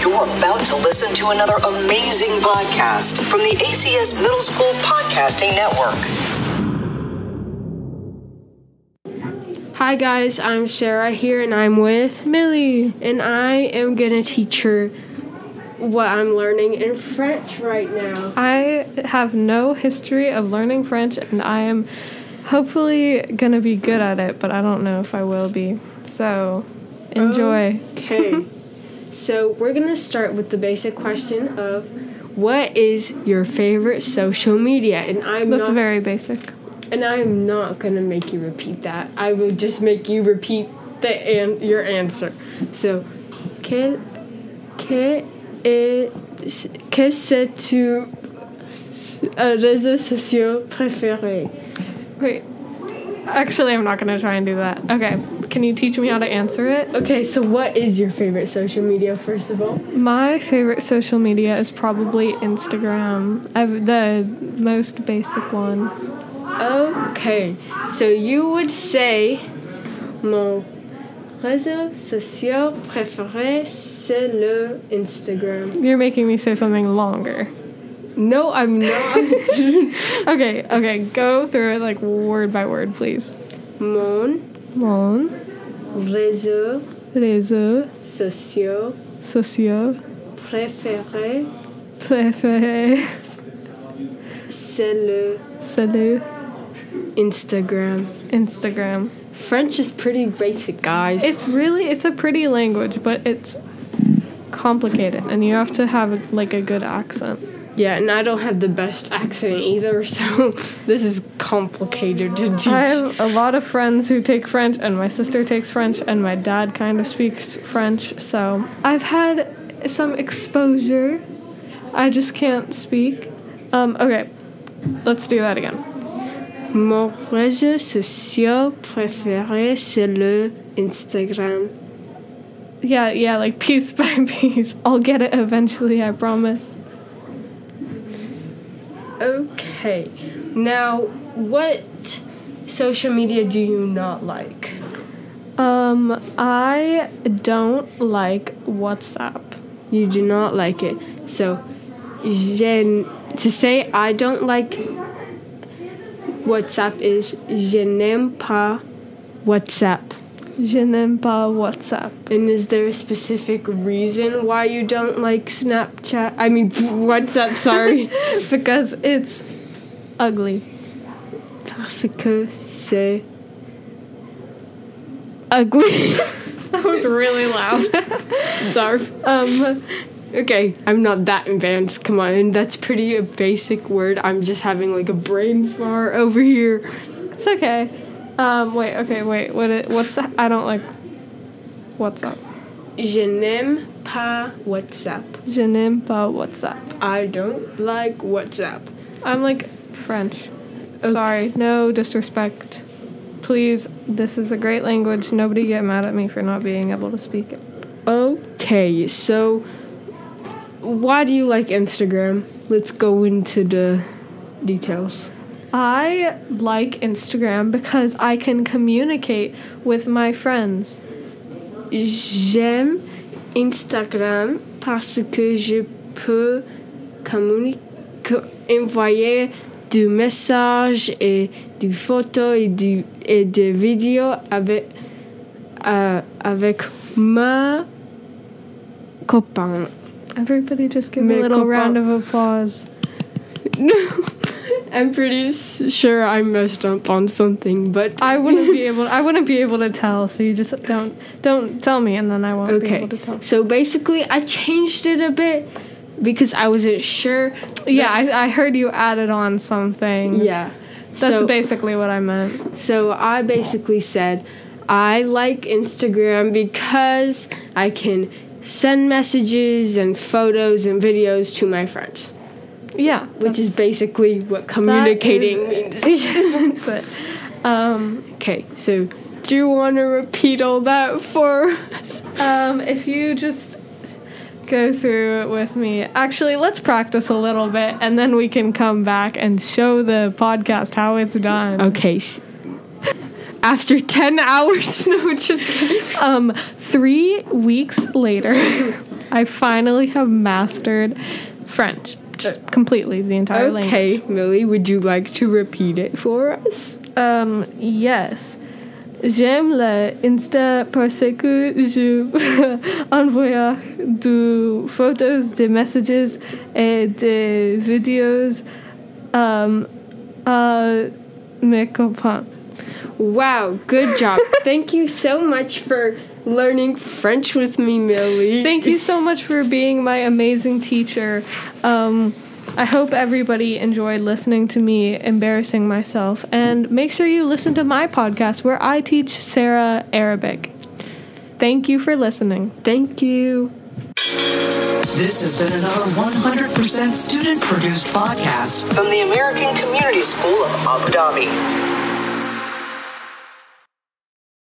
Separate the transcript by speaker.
Speaker 1: You're about to listen to another amazing podcast from the ACS Middle School Podcasting Network.
Speaker 2: Hi guys, I'm Sarah here and I'm with Millie and I am going to teach her what I'm learning in French right now.
Speaker 3: I have no history of learning French, and I am hopefully gonna be good at it, but I don't know if I will be. So, enjoy.
Speaker 2: Okay. so, we're going to start with the basic question of what is your favorite social media? And I'm
Speaker 3: That's
Speaker 2: not
Speaker 3: very basic.
Speaker 2: and I'm not going to make you repeat that. I will just make you repeat the an- your answer. So, quel que e, est qu'est-ce que tu un réseau social préféré?
Speaker 3: Wait. Actually, I'm not gonna try and do that. Okay. Can you teach me how to answer it?
Speaker 2: Okay, so what is your favorite social media, first of all?
Speaker 3: My favorite social media is probably Instagram. I've, the most basic one.
Speaker 2: Okay, so you would say mon réseau social préféré c'est le Instagram.
Speaker 3: You're making me say something longer.
Speaker 2: No, I'm not.
Speaker 3: Okay, okay, go through it like word by word, please.
Speaker 2: mon
Speaker 3: Mon
Speaker 2: réseau
Speaker 3: réseau
Speaker 2: social
Speaker 3: social
Speaker 2: préféré
Speaker 3: préféré.
Speaker 2: c'est le
Speaker 3: Salut
Speaker 2: Instagram.
Speaker 3: Instagram.
Speaker 2: French is pretty basic, guys.
Speaker 3: It's really it's a pretty language, but it's complicated and you have to have like a good accent.
Speaker 2: yeah, and I don't have the best accent either, so this is complicated to teach.
Speaker 3: I have a lot of friends who take French and my sister takes French and my dad kind of speaks French, so I've had some exposure. I just can't speak. Um okay. Let's do that again.
Speaker 2: Mon réseau social préféré, c'est le Instagram.
Speaker 3: Yeah, yeah, like piece by piece. I'll get it eventually, I promise.
Speaker 2: Okay, now what social media do you not like?
Speaker 3: Um, I don't like WhatsApp.
Speaker 2: You do not like it. So, je, to say I don't like WhatsApp is je n'aime pas WhatsApp.
Speaker 3: Je n'aime pas WhatsApp.
Speaker 2: And is there a specific reason why you don't like Snapchat? I mean, WhatsApp, sorry.
Speaker 3: Because it's ugly.
Speaker 2: Parce que c'est ugly.
Speaker 3: That was really loud.
Speaker 2: Sorry.
Speaker 3: um,
Speaker 2: Okay, I'm not that advanced. Come on, that's pretty a basic word. I'm just having like a brain fart over here.
Speaker 3: it's okay. Um, wait, okay, wait. What? It, what's? I don't like WhatsApp.
Speaker 2: Je n'aime pas WhatsApp.
Speaker 3: Je n'aime pas WhatsApp.
Speaker 2: I don't like WhatsApp.
Speaker 3: I'm like French. Sorry, no disrespect. Please, this is a great language. Nobody get mad at me for not being able to speak it.
Speaker 2: Okay, so why do you like Instagram? Let's go into the details.
Speaker 3: I like Instagram because I can communicate with my friends.
Speaker 2: J'aime Instagram parce que je peux communiquer, envoyer des messages et des photos et, du, et des vidéos avec, euh, avec ma copain.
Speaker 3: Everybody just give
Speaker 2: Me
Speaker 3: a little
Speaker 2: copa.
Speaker 3: round of applause.
Speaker 2: No, I'm pretty s- sure I messed up on something, but
Speaker 3: I wouldn't be able I wouldn't be able to tell, so you just don't don't tell me and then I won't be
Speaker 2: okay.
Speaker 3: able to tell.
Speaker 2: So basically, I changed it a bit because I wasn't sure.
Speaker 3: Yeah, I, I heard you added on something.
Speaker 2: Yeah.
Speaker 3: That's
Speaker 2: so,
Speaker 3: basically what I meant.
Speaker 2: So I basically said, I like Instagram because I can send messages and photos and videos to my friends,
Speaker 3: Yeah.
Speaker 2: which is basically what
Speaker 3: that is-
Speaker 2: communicating means.
Speaker 3: Yeah, that's it. Um,
Speaker 2: Okay, so do you want to repeat all that for us?
Speaker 3: um, if you just go through it with me. Actually, let's practice a little bit and then we can come back and show the podcast how it's done.
Speaker 2: Okay. s- After 10 hours, no, just kidding.
Speaker 3: Um, three weeks later, I finally have mastered French. Just completely the entire language.
Speaker 2: Okay, Millie, would you like to repeat it for us?
Speaker 3: Um, yes. J'aime le Insta parce que je envoie des photos, des messages et des vidéos um, à mes copains.
Speaker 2: Wow, good job. Thank you so much for learning French with me, Millie.
Speaker 3: Thank you so much for being my amazing teacher. Um, I hope everybody enjoyed listening to me embarrassing myself. And make sure you listen to my podcast where I teach Sarah Arabic. Thank you for listening.
Speaker 2: Thank you.
Speaker 1: This has been another 100% student produced podcast from the American Community School of Abu Dhabi.